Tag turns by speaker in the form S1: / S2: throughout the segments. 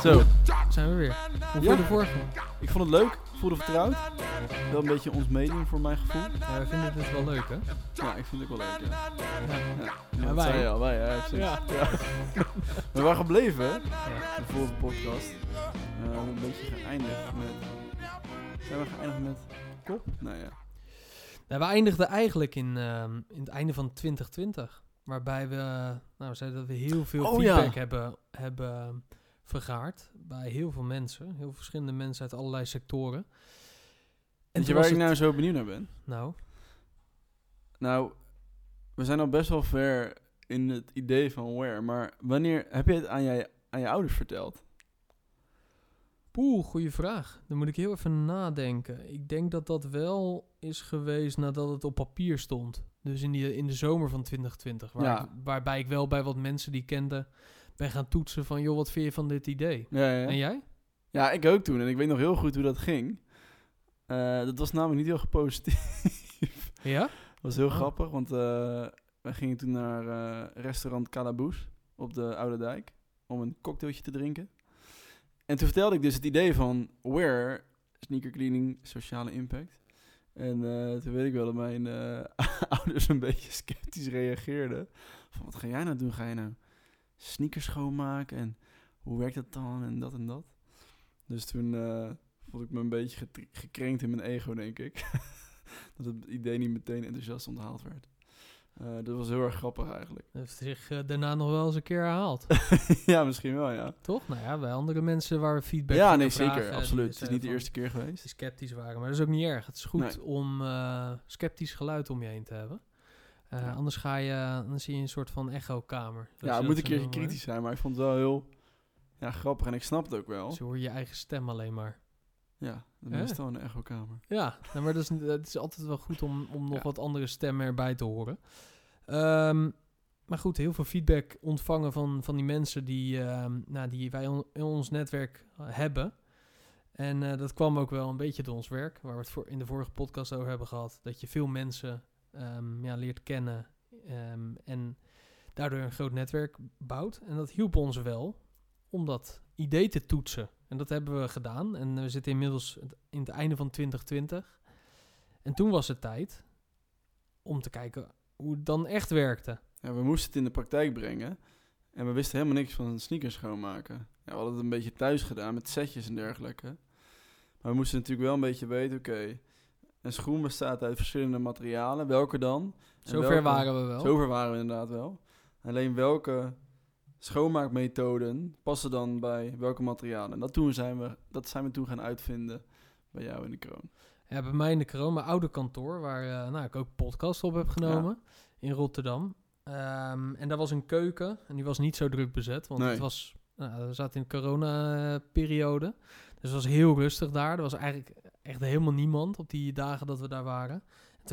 S1: Zo, zijn we weer. Hoe vond je
S2: Ja.
S1: de vorige?
S2: Ik vond het leuk, ik voelde vertrouwd. Wel een beetje ons medium voor mijn gevoel.
S1: Ja, we vinden dit wel leuk, hè?
S2: Ja, ik vind het ook wel leuk. Ja,
S1: Ja.
S2: ja.
S1: Ja,
S2: dat
S1: wij.
S2: zei je al, wij, ja, precies.
S1: Ja.
S2: Ja. We waren gebleven, hè? De vorige podcast. Eh, we hebben een beetje geëindigd met. Zijn we geëindigd met. Kop? Nou ja.
S1: Nou, we eindigden eigenlijk in, ehm, in het einde van 2020. Waarbij we, nou, we zeiden dat we heel veel
S2: Oh, ja.
S1: feedback hebben, hebben vergaard. Bij heel veel mensen. Heel verschillende mensen uit allerlei sectoren.
S2: En
S1: toen
S2: je waar
S1: was
S2: ik nou
S1: het-
S2: zo benieuwd naar ben?
S1: Nou,
S2: Nou, we zijn al best wel ver in het idee van where, maar wanneer heb je het aan je, aan je ouders verteld?
S1: poeh, goede vraag. Dan moet ik heel even nadenken. Ik denk dat dat wel is geweest nadat het op papier stond. Dus in, die, in de zomer van 2020. Waar
S2: Ja.
S1: ik- waarbij ik wel bij wat mensen die ik kende ben gaan toetsen van... joh, wat vind je van dit idee?
S2: Ja, ja, ja.
S1: En jij?
S2: Ja, ik ook toen. En ik weet nog heel goed hoe dat ging. Eh, dat was namelijk niet heel positief.
S1: Ja?
S2: Dat was heel
S1: Oh.
S2: grappig, want eh wij gingen toen naar eh, restaurant Calaboes op de Oude Dijk om een cocktailtje te drinken. En toen vertelde ik dus het idee van where sneaker cleaning, sociale impact. En eh, toen weet ik wel dat mijn eh, ouders een beetje sceptisch reageerden. Van wat ga jij nou doen? Ga je nou sneakers schoonmaken? En hoe werkt dat dan? En dat en dat. Dus toen eh, voelde ik me een beetje getr- gekrenkt in mijn ego, denk ik. dat het idee niet meteen enthousiast onthaald werd. Eh, dat was heel erg grappig eigenlijk.
S1: Dat heeft zich eh, daarna nog wel eens een keer herhaald.
S2: ja, misschien wel, ja.
S1: Toch? Nou ja, bij andere mensen waar we feedback
S2: Ja,
S1: gingen
S2: nee,
S1: vragen,
S2: zeker.
S1: eh, die
S2: Absoluut. Het is
S1: zeiden
S2: niet de
S1: van,
S2: eerste keer geweest.
S1: die sceptisch waren. Maar dat is ook niet erg. Het is goed
S2: Nee.
S1: om eh, sceptisch geluid om je heen te hebben. Eh,
S2: Ja.
S1: Anders ga je, eh, dan zie je een soort van echokamer. Zoals
S2: ja,
S1: ze
S2: ik moet een
S1: dat zo
S2: keertje
S1: noemen, hè?
S2: kritisch zijn, maar ik vond het wel heel ja, grappig en ik snap het ook wel.
S1: Dus je hoort je eigen stem alleen maar.
S2: Ja, dat
S1: Eh.
S2: is wel een echokamer.
S1: Ja, nou, maar dat is, dat is altijd wel goed om, om nog
S2: Ja.
S1: wat andere stemmen erbij te horen. Ehm, maar goed, heel veel feedback ontvangen van, van die mensen die, ehm, nou, die wij on- in ons netwerk eh, hebben. En eh, dat kwam ook wel een beetje door ons werk, waar we het voor, in de vorige podcast over hebben gehad. Dat je veel mensen ehm, ja, leert kennen ehm, en daardoor een groot netwerk bouwt. En dat hielp ons wel om dat idee te toetsen. En dat hebben we gedaan. En we zitten inmiddels het- in het einde van 2020. En toen was het tijd om te kijken hoe het dan echt werkte.
S2: Ja, we moesten het in de praktijk brengen en we wisten helemaal niks van sneakers schoonmaken. Ja, we hadden het een beetje thuis gedaan met setjes en dergelijke. Maar we moesten natuurlijk wel een beetje weten, oké, een schoen bestaat uit verschillende materialen, welke dan? En
S1: Zover
S2: welke-
S1: waren we wel.
S2: Zover waren we inderdaad wel. Alleen welke schoonmaakmethoden passen dan bij welke materialen? En dat, toen zijn we, dat zijn we toen gaan uitvinden bij jou in de kroon.
S1: Ja, bij mij in de kroon, mijn oude kantoor, waar eh, nou, ik ook podcast op heb genomen in Rotterdam. Ehm, en daar was een keuken en die was niet zo druk bezet, want
S2: Nee.
S1: het was, nou, we zaten in de corona-periode. Dus het was heel rustig daar. Er was eigenlijk echt helemaal niemand op die dagen dat we daar waren. En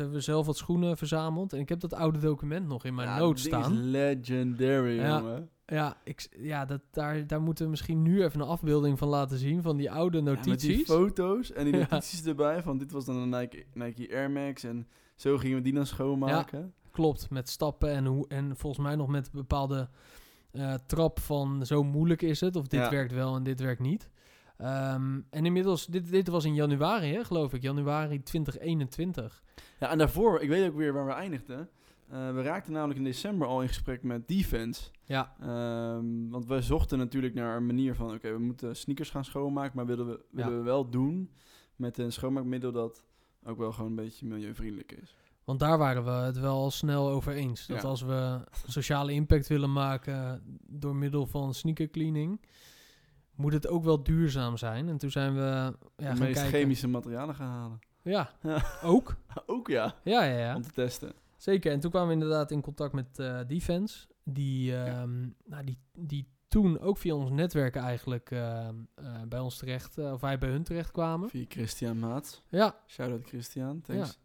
S1: Toen hebben we zelf wat schoenen verzameld en ik heb dat oude document nog in mijn
S2: Ja,
S1: notes
S2: dat ding
S1: staan.
S2: is legendary,
S1: Ja.
S2: jongen.
S1: Ja, ik, ja dat, daar, daar moeten we misschien nu even een afbeelding van laten zien, van die oude
S2: Ja, met die
S1: notities.
S2: foto's en die
S1: Ja.
S2: notities erbij van dit was dan een Nike, Nike Air Max en zo gingen we die dan schoonmaken.
S1: Klopt, met stappen en, hoe, en volgens mij nog met bepaalde eh, trap van zo moeilijk is het, of dit
S2: Ja.
S1: werkt wel en dit werkt niet. Ehm, en inmiddels, dit, dit was in januari, hè, geloof ik, januari 2021.
S2: Ja. en daarvoor, ik weet ook weer waar we eindigden. Eh, we raakten namelijk in december al in gesprek met Defense.
S1: Ja,
S2: Ehm, want wij zochten natuurlijk naar een manier van... oké, we moeten sneakers gaan schoonmaken... maar willen we, willen
S1: Ja.
S2: we wel doen met een schoonmaakmiddel... dat ook wel gewoon een beetje milieuvriendelijk is.
S1: want daar waren we het wel al snel over eens. Dat
S2: Ja.
S1: als we sociale impact willen maken door middel van sneakercleaning, moet het ook wel duurzaam zijn. En toen zijn we ja,
S2: de
S1: gaan
S2: meest
S1: kijken.
S2: chemische materialen gaan halen.
S1: Ja,
S2: Ja.
S1: ook.
S2: ook ja,
S1: Ja, ja, ja.
S2: om te testen.
S1: Zeker. En toen kwamen we inderdaad in contact met eh, Defense. Die, ehm, nou, die, die toen ook via ons netwerk eigenlijk ehm, eh, bij ons terecht, eh, of wij bij hun terecht kwamen.
S2: Via Christian Maats.
S1: Ja,
S2: Shout-out Christian, thanks.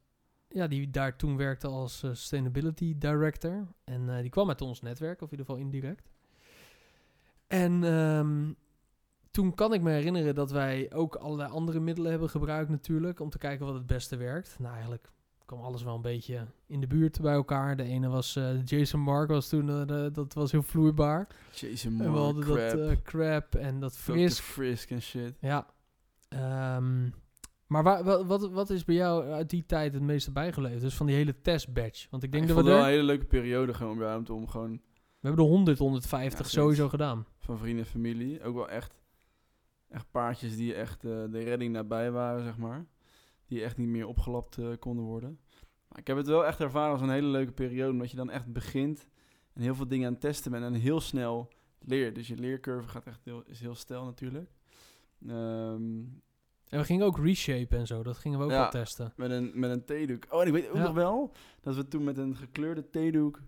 S1: ja, die daar toen werkte als eh, Sustainability Director. En eh, die kwam uit ons netwerk, of in ieder geval indirect. En ehm, toen kan ik me herinneren dat wij ook allerlei andere middelen hebben gebruikt natuurlijk, om te kijken wat het beste werkt. Nou, eigenlijk kwam alles wel een beetje in de buurt bij elkaar. De ene was eh, Jason Mark, was toen, eh, de- dat was heel vloeibaar.
S2: Jason
S1: en we
S2: Moore,
S1: hadden
S2: crap,
S1: dat eh crap en dat fris.
S2: frisk en shit.
S1: Ja. Ehm, maar waar, wa- wat, wat is bij jou uit die tijd het meeste bijgeleefd? Dus van die hele testbatch. Want ik denk
S2: Ik
S1: dat
S2: vond
S1: we
S2: het wel
S1: er-
S2: een hele leuke periode gewoon bij hem om gewoon
S1: We hebben de 100, 150
S2: Ja, zoiets.
S1: sowieso gedaan.
S2: van vrienden en familie. Ook wel echt, echt paardjes die echt eh, de redding nabij waren, zeg maar. Die echt niet meer opgelapt eh, konden worden. Maar ik heb het wel echt ervaren als een hele leuke periode. Omdat je dan echt begint en heel veel dingen aan het testen bent en heel snel leert. Dus je leercurve gaat echt heel, is heel stijl natuurlijk. Ehm,
S1: En we gingen ook reshape en zo. Dat gingen we ook
S2: Ja.
S1: al testen.
S2: met, een, met een theedoek. Oh, en ik weet ook
S1: Ja.
S2: nog wel dat we toen met een gekleurde theedoek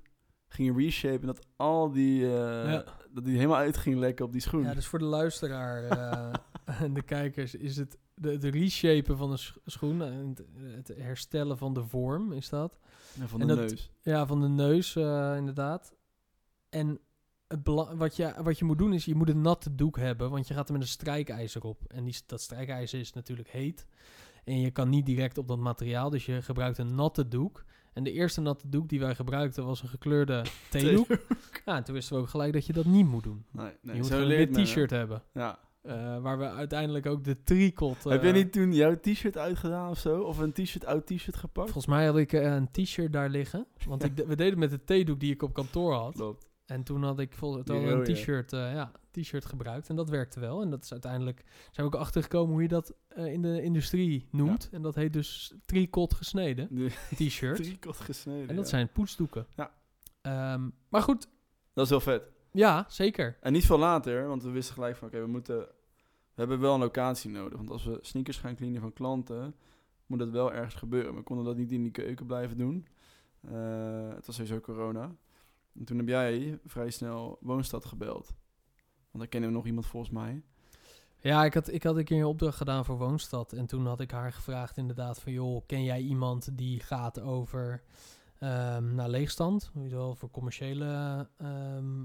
S2: gingen reshapen. En dat al die, eh,
S1: Ja.
S2: dat die helemaal uit ging lekken op die schoen.
S1: Ja, dus voor de luisteraar eh, en de kijkers is het de, de reshapen van een sch- schoen. eh, Het, het herstellen van de vorm is dat.
S2: En van
S1: En
S2: de
S1: dat-
S2: neus.
S1: Ja, van de neus eh, inderdaad. En het bela- wat, je, wat je moet doen is, je moet een natte doek hebben. Want je gaat er met een strijkijzer op. En die, s- dat strijkijzer is natuurlijk heet. En je kan niet direct op dat materiaal. Dus je gebruikt een natte doek. En de eerste natte doek die wij gebruikten was een gekleurde theedoek. Ja, en toen wisten we ook gelijk dat je dat niet moet doen.
S2: Nee, nee,
S1: je moet
S2: zo
S1: gewoon
S2: leert
S1: een
S2: men,
S1: wit
S2: hè.
S1: t-shirt hebben.
S2: Ja.
S1: Eh, waar we uiteindelijk ook de tricot... eh,
S2: Heb jij niet toen jouw t-shirt uitgedaan of zo? Of een t-shirt, oud t-shirt gepakt?
S1: Volgens mij had ik eh, een t-shirt daar liggen. Want ik, de- we deden het met de theedoek die ik op kantoor had.
S2: Klopt.
S1: En toen had ik volgens
S2: Die
S1: mij een
S2: rode.
S1: t-shirt eh, ja, t-shirt gebruikt. En dat werkte wel. En dat is uiteindelijk zijn we ook achtergekomen hoe je dat eh, in de industrie noemt. En dat heet dus tricot gesneden
S2: De
S1: t-shirt.
S2: tricot gesneden.
S1: en dat
S2: ja.
S1: zijn poetsdoeken.
S2: Ja.
S1: Ehm, maar goed,
S2: dat is wel vet.
S1: ja, zeker.
S2: En niet veel later, want we wisten gelijk van... Oké, we moeten... We hebben wel een locatie nodig. Want als we sneakers gaan cleanen van klanten... Moet dat wel ergens gebeuren. We konden dat niet in die keuken blijven doen. Eh, het was sowieso corona. En toen heb jij vrij snel Woonstad gebeld. Want daar kennen we nog iemand volgens mij.
S1: Ja, ik had, ik had een keer een opdracht gedaan voor Woonstad. En toen had ik haar gevraagd inderdaad van... joh, ken jij iemand die gaat over ehm naar leegstand? Weet je wel, voor commerciële ehm,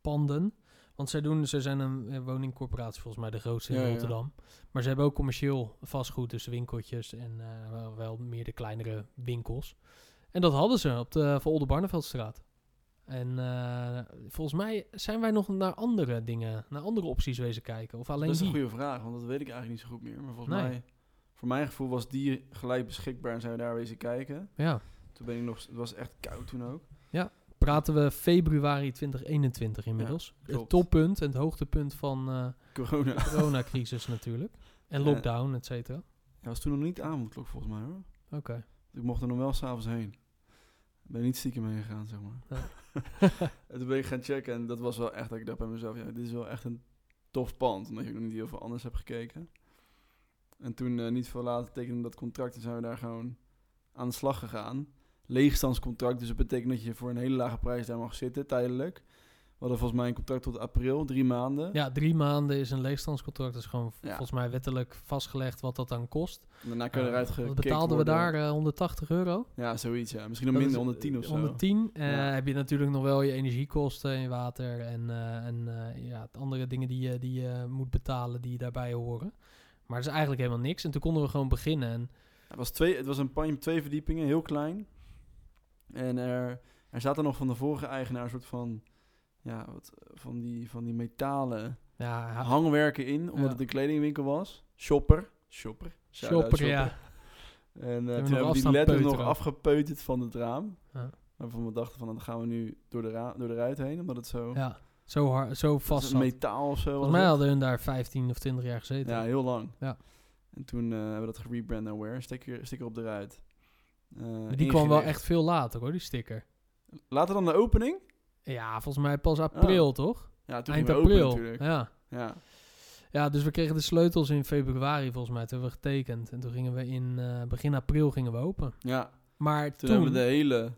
S1: panden. Want zij doen, ze zijn een eh, woningcorporatie volgens mij de grootste in
S2: Ja, ja.
S1: Rotterdam. Maar ze hebben ook commercieel vastgoed, dus winkeltjes en eh, wel, wel meer de kleinere winkels. En dat hadden ze op de Van Oldenbarneveldstraat. En eh, volgens mij zijn wij nog naar andere dingen, naar andere opties wezen kijken. Of alleen
S2: dat is
S1: die.
S2: een goede vraag, want dat weet ik eigenlijk niet zo goed meer. Maar volgens
S1: Nee.
S2: mij, voor mijn gevoel, was die gelijk beschikbaar en zijn we daar wezen kijken.
S1: Ja,
S2: Toen ben ik nog, het was echt koud toen ook.
S1: praten we februari 2021 inmiddels. het
S2: klopt.
S1: toppunt en het hoogtepunt van eh,
S2: Corona.
S1: de coronacrisis natuurlijk. En
S2: Ja.
S1: lockdown, et cetera.
S2: Ja, was toen nog niet avondklok volgens mij hoor. Dus
S1: Oké.
S2: Ik mocht er nog wel s'avonds heen. Ik ben niet stiekem heen gegaan, zeg maar.
S1: Ja.
S2: en toen ben ik gaan checken en dat was wel echt dat ik dacht bij mezelf, ja, dit is wel echt een tof pand. Omdat ik nog niet heel veel anders heb gekeken. En toen, eh, niet veel later, tekende ik dat contract en zijn we daar gewoon aan de slag gegaan. Leegstandscontract, dus dat betekent dat je voor een hele lage prijs daar mag zitten, tijdelijk. We hadden volgens mij een contract tot april, drie maanden.
S1: Ja, drie maanden is een leegstandscontract. Dat is gewoon v-
S2: Ja.
S1: volgens mij wettelijk vastgelegd wat dat dan kost.
S2: En daarna kan je eruit
S1: Eh,
S2: gekikt
S1: wat betaalden we
S2: worden.
S1: daar? eh, 180 euro?
S2: Ja, zoiets, ja. Misschien
S1: Dat
S2: nog minder,
S1: is, eh,
S2: 110 of zo.
S1: 110. eh,
S2: Ja.
S1: Heb je natuurlijk nog wel je energiekosten en je water en, eh, en eh, ja, het andere dingen die je, die je moet betalen die daarbij horen. Maar dat is eigenlijk helemaal niks. En toen konden we gewoon beginnen. En
S2: Het was, twee, het was een pand met twee verdiepingen, heel klein. En er, er zaten nog van de vorige eigenaar een soort van, ja, wat, eh, van, die, van die metalen
S1: ja, ha-
S2: hangwerken in, omdat
S1: Ja.
S2: het een kledingwinkel was. Shopper. Shopper. Shout-out
S1: shopper, ja.
S2: En eh
S1: we
S2: toen
S1: nog
S2: hebben
S1: af
S2: we die
S1: staan
S2: letter nog
S1: peuteren.
S2: afgepeuterd van het raam.
S1: Ja.
S2: Waarvan we dachten van, nou, dan gaan we nu door de, ra- door de ruit heen, omdat het zo...
S1: ja. Zo, hard, zo
S2: het was
S1: vast
S2: een
S1: zat.
S2: metaal of zo. was
S1: Volgens mij
S2: het.
S1: hadden hun daar 15 of 20 jaar gezeten.
S2: Ja, heel lang.
S1: Ja.
S2: En toen eh, hebben we dat gerebrand naar Wear. Sticker, sticker op de ruit. Eh,
S1: die kwam wel
S2: ingericht.
S1: echt veel later hoor, die sticker.
S2: Later dan de opening?
S1: Ja, volgens mij pas april, toch?
S2: Ja, Ah. toen
S1: Eind
S2: gingen we open
S1: april.
S2: natuurlijk.
S1: ja.
S2: Ja.
S1: ja, dus we kregen de sleutels in februari volgens mij. Toen hebben we getekend. En toen gingen we in eh, begin april gingen we open.
S2: ja.
S1: Maar
S2: Toen,
S1: toen,
S2: hebben we de hele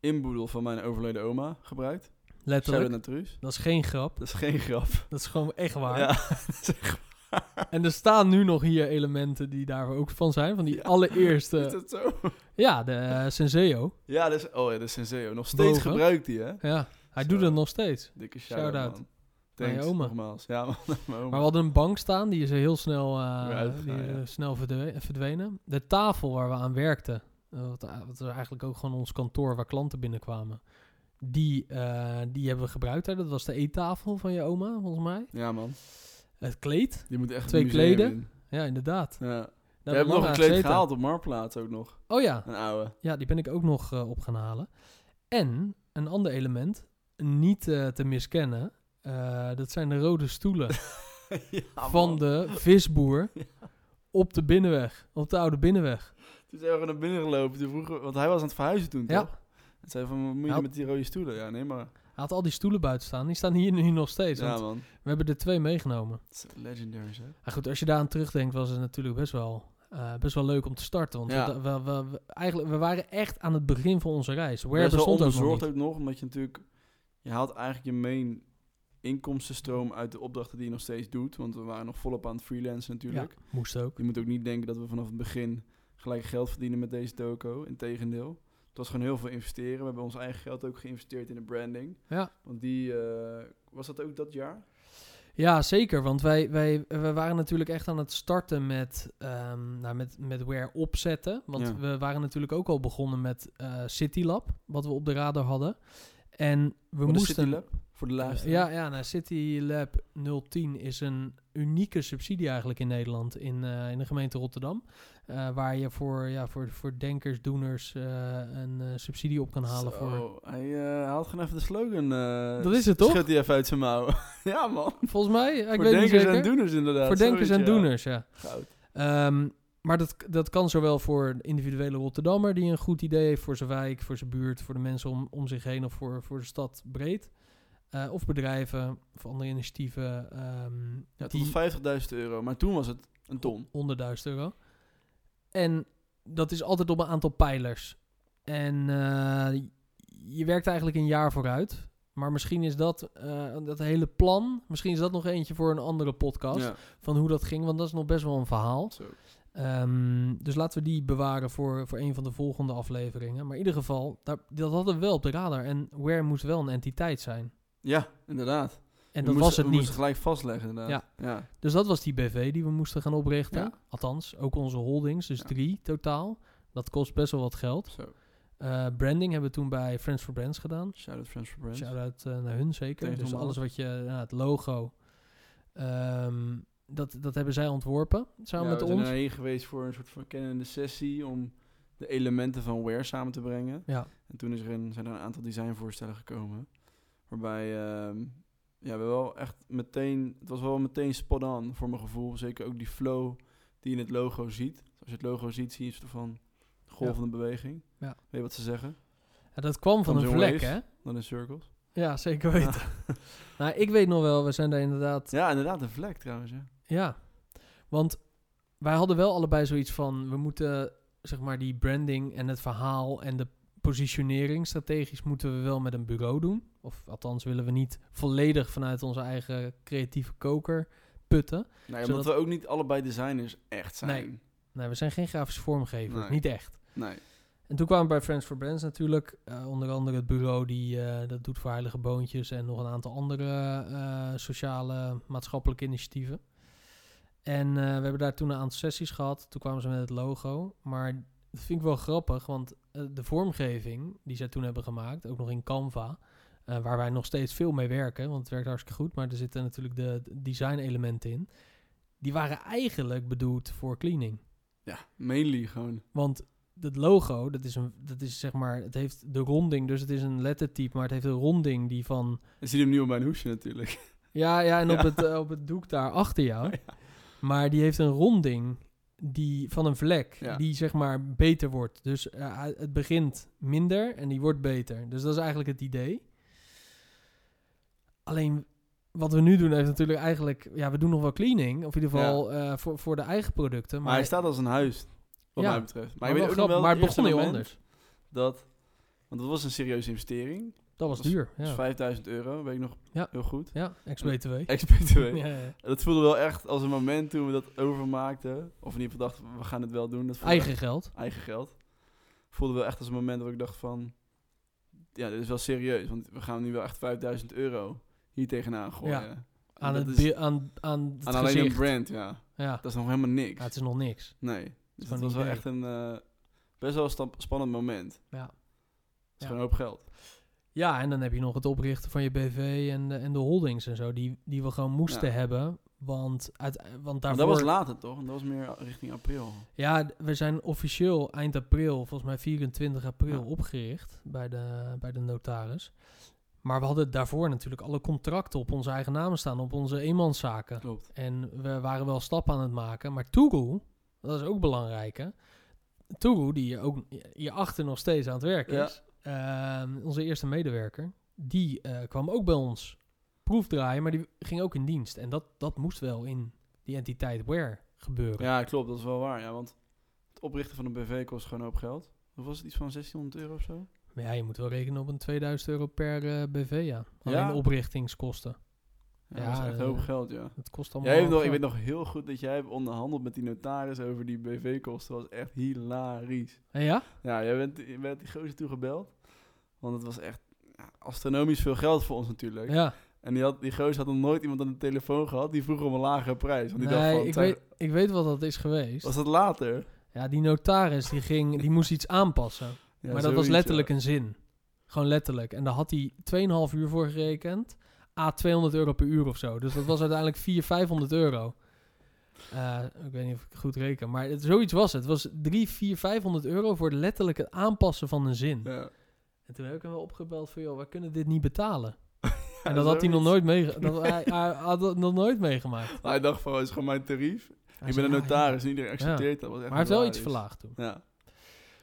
S2: inboedel van mijn overleden oma gebruikt. Shout-out
S1: letterlijk,
S2: naar Truus.
S1: dat is geen grap.
S2: Dat is geen grap.
S1: Dat is gewoon echt waar.
S2: Ja, dat is echt waar.
S1: En er staan nu nog hier elementen die daar ook van zijn. Van die
S2: Ja. Is
S1: allereerste.
S2: dat zo?
S1: Ja, de eh, Senseo.
S2: Ja, dat is, oh ja, dat is Senseo. Nog steeds
S1: Boven.
S2: gebruikt die, hè?
S1: Ja, hij
S2: Zo.
S1: doet het nog steeds.
S2: Dikke shout-out,
S1: Shout-out.
S2: man.
S1: Aan je
S2: Thanks,
S1: oma.
S2: nogmaals. Ja, man, aan mijn oma.
S1: Maar we hadden een bank staan, die is heel snel, eh,
S2: Weer uitgegaan,
S1: die is,
S2: ja.
S1: eh, snel verdwe- verdwenen. De tafel waar we aan werkten, eh, wat, a- wat was eigenlijk ook gewoon ons kantoor waar klanten binnenkwamen. Die, eh, die hebben we gebruikt daar. Dat was de eettafel van je oma, volgens mij.
S2: Ja, man.
S1: Het kleed.
S2: Je moet echt
S1: Twee
S2: het museum
S1: kleden.
S2: in.
S1: Ja, inderdaad.
S2: Ja. Je
S1: Daar hebben
S2: hebt
S1: we
S2: nog
S1: lang
S2: een
S1: aan
S2: kleed
S1: gezeten.
S2: gehaald op Marktplaats ook nog.
S1: Oh ja.
S2: Een oude.
S1: ja, die ben ik ook nog eh, op gaan halen. En een ander element, niet eh, te miskennen, eh, dat zijn de rode stoelen.
S2: Ah,
S1: van de visboer op de binnenweg, op de oude binnenweg.
S2: Toen zijn we gewoon naar binnen gelopen. Toen vroegen we- want hij was aan het verhuizen toen,
S1: Ja. Nou.
S2: toch? En zei van, wat moet je
S1: Ja.
S2: met die rode stoelen? Ja, nee, maar...
S1: Hij had al die stoelen buiten staan, die staan hier nu nog steeds.
S2: Ja,
S1: want
S2: man.
S1: we hebben er twee meegenomen.
S2: Het is Legendaries, hè?
S1: Maar goed, als je daaraan terugdenkt, was het natuurlijk best wel, eh, best wel leuk om te starten. Want
S2: Ja.
S1: we, we, we- we- eigenlijk, we waren echt aan het begin van onze reis. Where
S2: Best wel
S1: bestond ook nog
S2: onbezorgd
S1: niet.
S2: ook nog, omdat je natuurlijk... Je haalt eigenlijk je main inkomstenstroom uit de opdrachten die je nog steeds doet. Want we waren nog volop aan het freelancen natuurlijk.
S1: Ja, moest ook.
S2: Je moet ook niet denken dat we vanaf het begin gelijk geld verdienen met deze toko. Integendeel. Het was gewoon heel veel investeren. We hebben ons eigen geld ook geïnvesteerd in de branding.
S1: Ja.
S2: Want die... eh, was dat ook dat jaar?
S1: Ja, zeker. Want wij, wij, we waren natuurlijk echt aan het starten met, ehm nou, met, met Where opzetten. Want
S2: Ja.
S1: we waren natuurlijk ook al begonnen met eh CityLab, wat we op de radar hadden. En we
S2: Wat is
S1: moesten.
S2: City Lab? Voor de laatste.
S1: Ja, ja nou, CityLab 010 is een unieke subsidie eigenlijk in Nederland, in, eh, in de gemeente Rotterdam. Eh, waar je voor, ja, voor, voor denkers, doeners eh, een eh, subsidie op kan halen. Voor,
S2: Hij eh, haalt gewoon even de slogan. eh,
S1: Dat is het, toch?
S2: Schudt hij even uit zijn mouwen. ja, man.
S1: volgens mij, ik
S2: voor
S1: weet niet
S2: denkers
S1: zeker.
S2: en doeners inderdaad.
S1: voor denkers en
S2: Zoiets, ja.
S1: doeners, ja.
S2: Goud.
S1: Ehm, maar dat, dat kan zowel voor een individuele Rotterdammer die een goed idee heeft voor zijn wijk, voor zijn buurt, voor de mensen om, om zich heen of voor, voor de stad breed. Eh, of bedrijven of andere initiatieven. ehm
S2: Ja,
S1: die
S2: tot 50.000 euro. Maar toen was het een ton.
S1: 100.000 euro. En dat is altijd op een aantal pijlers. En eh, je werkt eigenlijk een jaar vooruit. Maar misschien is dat, eh, dat hele plan, misschien is dat nog eentje voor een andere podcast.
S2: Ja,
S1: Van hoe dat ging, want dat is nog best wel een verhaal.
S2: zo.
S1: Ehm, dus laten we die bewaren voor, voor een van de volgende afleveringen. Maar in ieder geval, daar, dat hadden we wel op de radar. En Where moest wel een entiteit zijn.
S2: ja inderdaad.
S1: En dat was het
S2: We moesten
S1: niet.
S2: gelijk vastleggen inderdaad. Ja. ja.
S1: Dus dat was die BV die we moesten gaan oprichten.
S2: Ja.
S1: Althans, ook onze holdings, dus
S2: Ja.
S1: drie totaal. Dat kost best wel wat geld.
S2: Zo.
S1: Eh, branding hebben we toen bij Friends for Brands gedaan.
S2: Shout-out Friends for Brands.
S1: Shout-out eh, naar hun zeker.
S2: Tegen
S1: dus
S2: normaal.
S1: alles wat je, ja, het logo, ehm, dat, dat hebben zij ontworpen samen
S2: Ja,
S1: met
S2: we zijn
S1: ons.
S2: erheen geweest voor een soort verkennende sessie om de elementen van Ware samen te brengen.
S1: Ja.
S2: En toen is er een, zijn er een aantal designvoorstellen gekomen. Waarbij ehm, ja, we wel echt meteen, het was wel meteen spot on voor mijn gevoel. Zeker ook die flow die je in het logo ziet. Dus als je het logo ziet, zie je het van golvende beweging.
S1: Ja.
S2: Weet je wat ze zeggen?
S1: Ja, dat kwam van
S2: Van
S1: een
S2: zo'n
S1: vlek,
S2: wave.
S1: hè?
S2: Dan in cirkels.
S1: Ja, zeker weten. nou, ik weet nog wel, we zijn daar inderdaad.
S2: Ja, inderdaad, een vlek trouwens. Ja.
S1: Ja, want wij hadden wel allebei zoiets van: we moeten zeg maar die branding en het verhaal en de positionering strategisch moeten we wel met een bureau doen. Of althans willen we niet volledig vanuit onze eigen creatieve koker putten.
S2: Nou, ja,
S1: Zodat-
S2: omdat we ook niet allebei designers echt zijn.
S1: Nee. Nee, we zijn geen grafisch vormgever,
S2: Nee.
S1: niet echt.
S2: nee.
S1: En toen kwamen we bij Friends for Brands natuurlijk. eh, onder andere het bureau die eh, dat doet voor Heilige Boontjes en nog een aantal andere eh, sociale maatschappelijke initiatieven. En eh, we hebben daar toen een aantal sessies gehad. Toen kwamen ze met het logo. Maar dat vind ik wel grappig, want eh, de vormgeving die zij toen hebben gemaakt, ook nog in Canva, eh, waar wij nog steeds veel mee werken, want het werkt hartstikke goed, maar er zitten natuurlijk de, de design elementen in. Die waren eigenlijk bedoeld voor cleaning.
S2: Ja, mainly gewoon.
S1: Want het logo, dat is, een, dat is zeg maar, het heeft de ronding, dus het is een lettertype, maar het heeft een ronding die van.
S2: Je ziet hem nu op mijn hoesje natuurlijk.
S1: Ja, ja, en op,
S2: Ja.
S1: Het, eh, op het doek daar achter jou. Maar die heeft een ronding die, van een vlek,
S2: Ja.
S1: die zeg maar beter wordt. Dus eh, hij- het begint minder en die wordt beter. Dus dat is eigenlijk het idee. Alleen wat we nu doen, heeft natuurlijk eigenlijk. Ja, we doen nog wel cleaning, of in ieder geval eh, voor, voor de eigen producten. Maar,
S2: Maar hij staat als een huis, wat
S1: Ja.
S2: mij betreft.
S1: maar
S2: Maar, ik
S1: wel
S2: weet ook nog
S1: grappig,
S2: wel
S1: maar het
S2: eerste
S1: begon heel
S2: moment
S1: anders.
S2: Dat, want dat was een serieuze investering.
S1: Dat was
S2: was-
S1: duur. Ja.
S2: Dus 5000 euro, weet ik nog
S1: Ja.
S2: heel goed.
S1: Ja, ex-BTW.
S2: Ex-BTW.
S1: Ja, ja.
S2: Dat voelde wel echt als een moment toen we dat overmaakten. Of in ieder geval dachten, we, we gaan het wel doen. Dat voelde
S1: Eigen geld.
S2: echt- eigen geld. Voelde wel echt als een moment dat ik dacht van... Ja, dit is wel serieus. Want we gaan nu wel echt 5000 euro hier tegenaan gooien. En
S1: Aan,
S2: dat
S1: het,
S2: is-
S1: be- aan, aan het
S2: aan alleen een
S1: gezicht.
S2: brand, ja.
S1: Ja.
S2: Dat is nog helemaal niks.
S1: Ja, het is nog niks.
S2: Nee. Dus
S1: gewoon
S2: dat was
S1: een
S2: wel
S1: idee.
S2: echt een eh, best wel een sta- spannend moment.
S1: Ja.
S2: Het is
S1: Ja.
S2: gewoon een hoop geld.
S1: Ja, en dan heb je nog het oprichten van je BV en de, en de holdings en zo, die, die we gewoon moesten
S2: Ja.
S1: hebben. Want, uit, want
S2: Maar
S1: daarvoor...
S2: dat was later toch? En dat was meer richting april.
S1: Ja, d- we zijn officieel eind april, volgens mij 24 april,
S2: Ja.
S1: opgericht bij de, bij de notaris. Maar we hadden daarvoor natuurlijk alle contracten op onze eigen namen staan, op onze eenmanszaken.
S2: Klopt.
S1: En we waren wel stappen aan het maken. Maar Toegoe, dat is ook belangrijk hè. Toegoe, die hier ook hierachter nog steeds aan het werk
S2: Ja.
S1: is. ehm, onze eerste medewerker. Die eh, kwam ook bij ons proefdraaien, maar die ging ook in dienst. En dat, dat moest wel in die entiteit Where gebeuren.
S2: Ja, klopt. Dat is wel waar. Ja, want het oprichten van een BV kost gewoon een hoop geld. Of was het iets van 1600 euro of zo?
S1: Maar ja, je moet wel rekenen op een 2000 euro per eh, BV, ja. Alleen
S2: Ja.
S1: de oprichtingskosten.
S2: Ja,
S1: Ja,
S2: dat is echt een hoop
S1: eh,
S2: geld, ja.
S1: Dat kost allemaal...
S2: Jij hebt
S1: wel
S2: nog, ik weet
S1: geld.
S2: nog heel goed dat jij hebt onderhandeld met die notaris over die BV-kosten. Dat was echt hilarisch.
S1: Eh, Ja?
S2: Ja, jij bent, je bent die gozer toe gebeld. Want het was echt ja, astronomisch veel geld voor ons natuurlijk.
S1: Ja.
S2: En die, had, die gozer had nog nooit iemand aan de telefoon gehad die vroeg om een lagere prijs. Want die dacht
S1: Nee,
S2: van,
S1: ik
S2: "Zou-
S1: weet, ik weet wat dat is geweest.
S2: was dat later?
S1: Ja, die notaris die ging, die moest iets aanpassen.
S2: Ja,
S1: maar dat was
S2: zoiets,
S1: letterlijk
S2: ja.
S1: een zin. Gewoon letterlijk. En daar had hij 2,5 uur voor gerekend. A 200 euro per uur of zo. Dus dat was uiteindelijk 400, 500 euro. Eh, ik weet niet of ik goed reken. Maar het, zoiets was het. Het was 3, 4, 500 euro voor letterlijk het aanpassen van een zin.
S2: Ja.
S1: En toen heb ik hem wel opgebeld voor, joh, wij kunnen dit niet betalen. en dat
S2: Ja,
S1: had hij nog
S2: zoiets.
S1: nooit, meege dat, hij, hij had dat nog nooit meegemaakt.
S2: Hij dacht van, het is gewoon mijn tarief.
S1: Hij
S2: ik
S1: zei,
S2: ben
S1: ja,
S2: een
S1: ja.
S2: notaris en iedereen accepteert dat. Was echt
S1: Maar hij heeft wel iets
S2: hilarisch.
S1: verlaagd toen.
S2: Ja.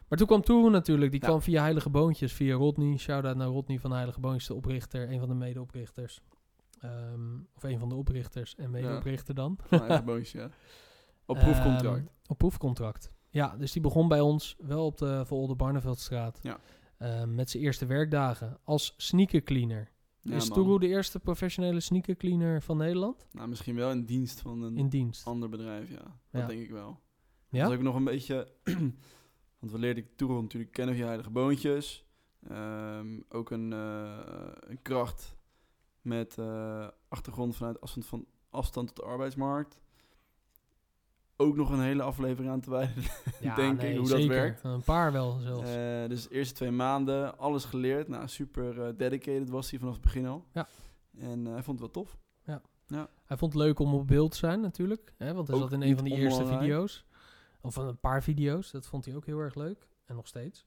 S1: Maar toen kwam Toeroe natuurlijk, die
S2: Ja.
S1: kwam via Heilige Boontjes, via Rodney. Shout-out naar Rodney van Heilige Boontjes, de oprichter, een van de medeoprichters. Ehm, of een van de oprichters en medeoprichter dan.
S2: Van eigen bootje, ja. Op proefcontract.
S1: Ehm, op proefcontract. Ja, dus die begon bij ons, wel op de Volde Barneveldstraat.
S2: Ja.
S1: Ehm, met zijn eerste werkdagen als sneaker cleaner.
S2: Ja,
S1: is
S2: man.
S1: Toeroe de eerste professionele sneaker cleaner van Nederland?
S2: Nou, misschien wel in dienst van een
S1: In dienst.
S2: ander bedrijf, ja. Dat
S1: Ja.
S2: denk ik wel.
S1: Ja?
S2: Dat is ook nog een beetje... want we leerden Toeron natuurlijk kennen via Heilige Boontjes. Ehm, ook een, eh, een kracht met eh, achtergrond vanuit afstand, van, afstand tot de arbeidsmarkt. Ook nog een hele aflevering aan te wijden.
S1: Ja,
S2: denk ik, hoe dat
S1: zeker.
S2: werkt.
S1: Een paar wel zelfs.
S2: Eh, dus de eerste twee maanden, alles geleerd. Nou, super eh, dedicated was hij vanaf het begin al.
S1: Ja.
S2: En eh, hij vond het wel tof.
S1: Hij vond het leuk om op beeld te zijn natuurlijk. Hè, want hij
S2: Ook
S1: zat in een
S2: niet
S1: van die eerste
S2: onbelangrijk.
S1: video's. Of van een paar video's. Dat vond hij ook heel erg leuk. En nog steeds.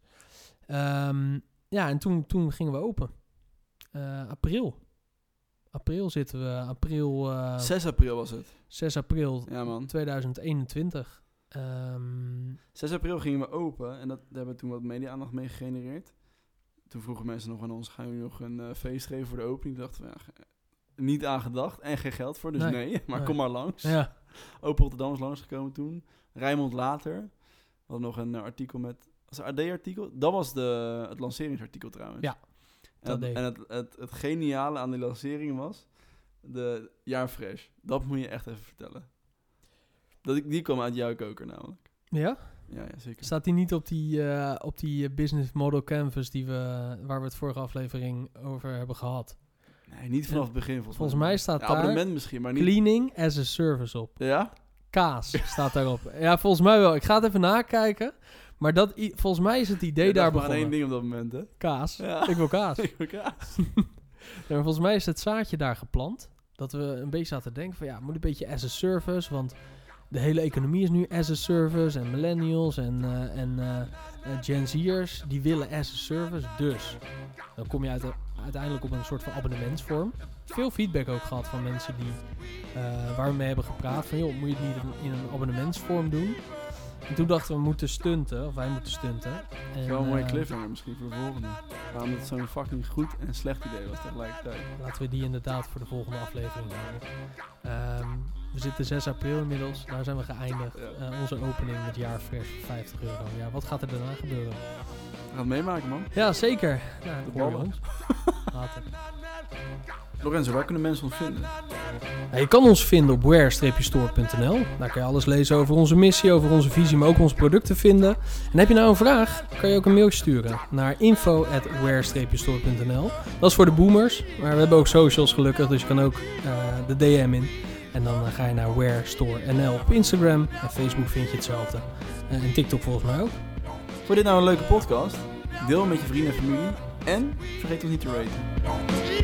S1: Ehm, ja, en toen, toen gingen we open. Eh, april. April zitten we. April. eh,
S2: 6 april was het.
S1: 6 april
S2: Ja, man.
S1: 2021. Ehm,
S2: 6 april gingen we open en dat, daar hebben we toen wat media-aandacht mee gegenereerd. Toen vroegen mensen nog aan ons, gaan jullie nog een eh, feest geven voor de opening? Toen dachten we, ja, ge- niet aan gedacht en geen geld voor, dus
S1: Nee.
S2: nee. maar
S1: Nee.
S2: kom maar langs.
S1: ja,
S2: Open Rotterdam is langsgekomen toen. Rijmond later. We hadden nog een eh, artikel met... Was het een AD-artikel? Dat was de, het lanceringsartikel trouwens.
S1: Ja,
S2: En,
S1: dat
S2: het,
S1: deed.
S2: en het, het, het geniale aan die lancering was... De jaarfresh. Dat moet je echt even vertellen. Dat, ik- die kwam uit jouw koker namelijk.
S1: ja.
S2: Ja, ja zeker.
S1: Staat die niet op die, eh, op die eh, business model canvas die we, waar we het vorige aflevering over hebben gehad?
S2: Nee, niet vanaf het begin volgens,
S1: Volgens mij staat
S2: ja,
S1: daar
S2: abonnement misschien, maar niet...
S1: Cleaning as a service op.
S2: Ja?
S1: Kaas staat daarop. ja, volgens mij wel. Ik ga het even nakijken. Maar dat, i- volgens mij is het idee
S2: Ik dacht maar
S1: daar
S2: aan
S1: begonnen.
S2: één ding op dat moment, hè?
S1: Kaas.
S2: Ja.
S1: Ik wil kaas. Nee,
S2: Ja.
S1: maar volgens mij is het zaadje daar geplant. Dat we een beetje zaten te denken van ja, het moet een beetje as a service. Want de hele economie is nu as a service. En millennials en, eh, en eh, eh, Gen Z'ers, die willen as a service. Dus dan kom je uite- uiteindelijk op een soort van abonnementsvorm. Veel feedback ook gehad van mensen die, eh, waar we mee hebben gepraat. Van joh, moet je het niet in- in een abonnementsvorm doen? En toen dachten we, we moeten stunten. Of wij moeten stunten. En,
S2: Wel een mooie
S1: eh,
S2: cliffhanger misschien voor de volgende. Waarom het zo'n fucking goed en slecht idee was tegelijkertijd.
S1: Laten we die inderdaad voor de volgende aflevering houden. Ehm, we zitten 6 april inmiddels. Daar zijn we geëindigd.
S2: Ja.
S1: Eh, onze opening met jaarfresh voor 50 euro. Ja, wat gaat er daarna gebeuren?
S2: We gaan het meemaken, man.
S1: Ja, zeker. Nou, hoor je
S2: ballen.
S1: ons. Later.
S2: Lorenzo, waar kunnen mensen ons vinden?
S1: Nou, je kan ons vinden op where-store.nl. Daar kan je alles lezen over onze missie, over onze visie, maar ook onze producten vinden. En heb je nou een vraag, kan je ook een mailtje sturen naar info.where-store.nl. Dat is voor de boomers, maar we hebben ook socials gelukkig, dus je kan ook eh, de DM in. En dan eh, ga je naar where-store.nl op Instagram en Facebook vind je hetzelfde. Eh, en TikTok volgens mij ook.
S2: Zo, Vond je dit nou een leuke podcast? Deel hem met je vrienden en familie. En vergeet ons niet te raten.
S3: Don't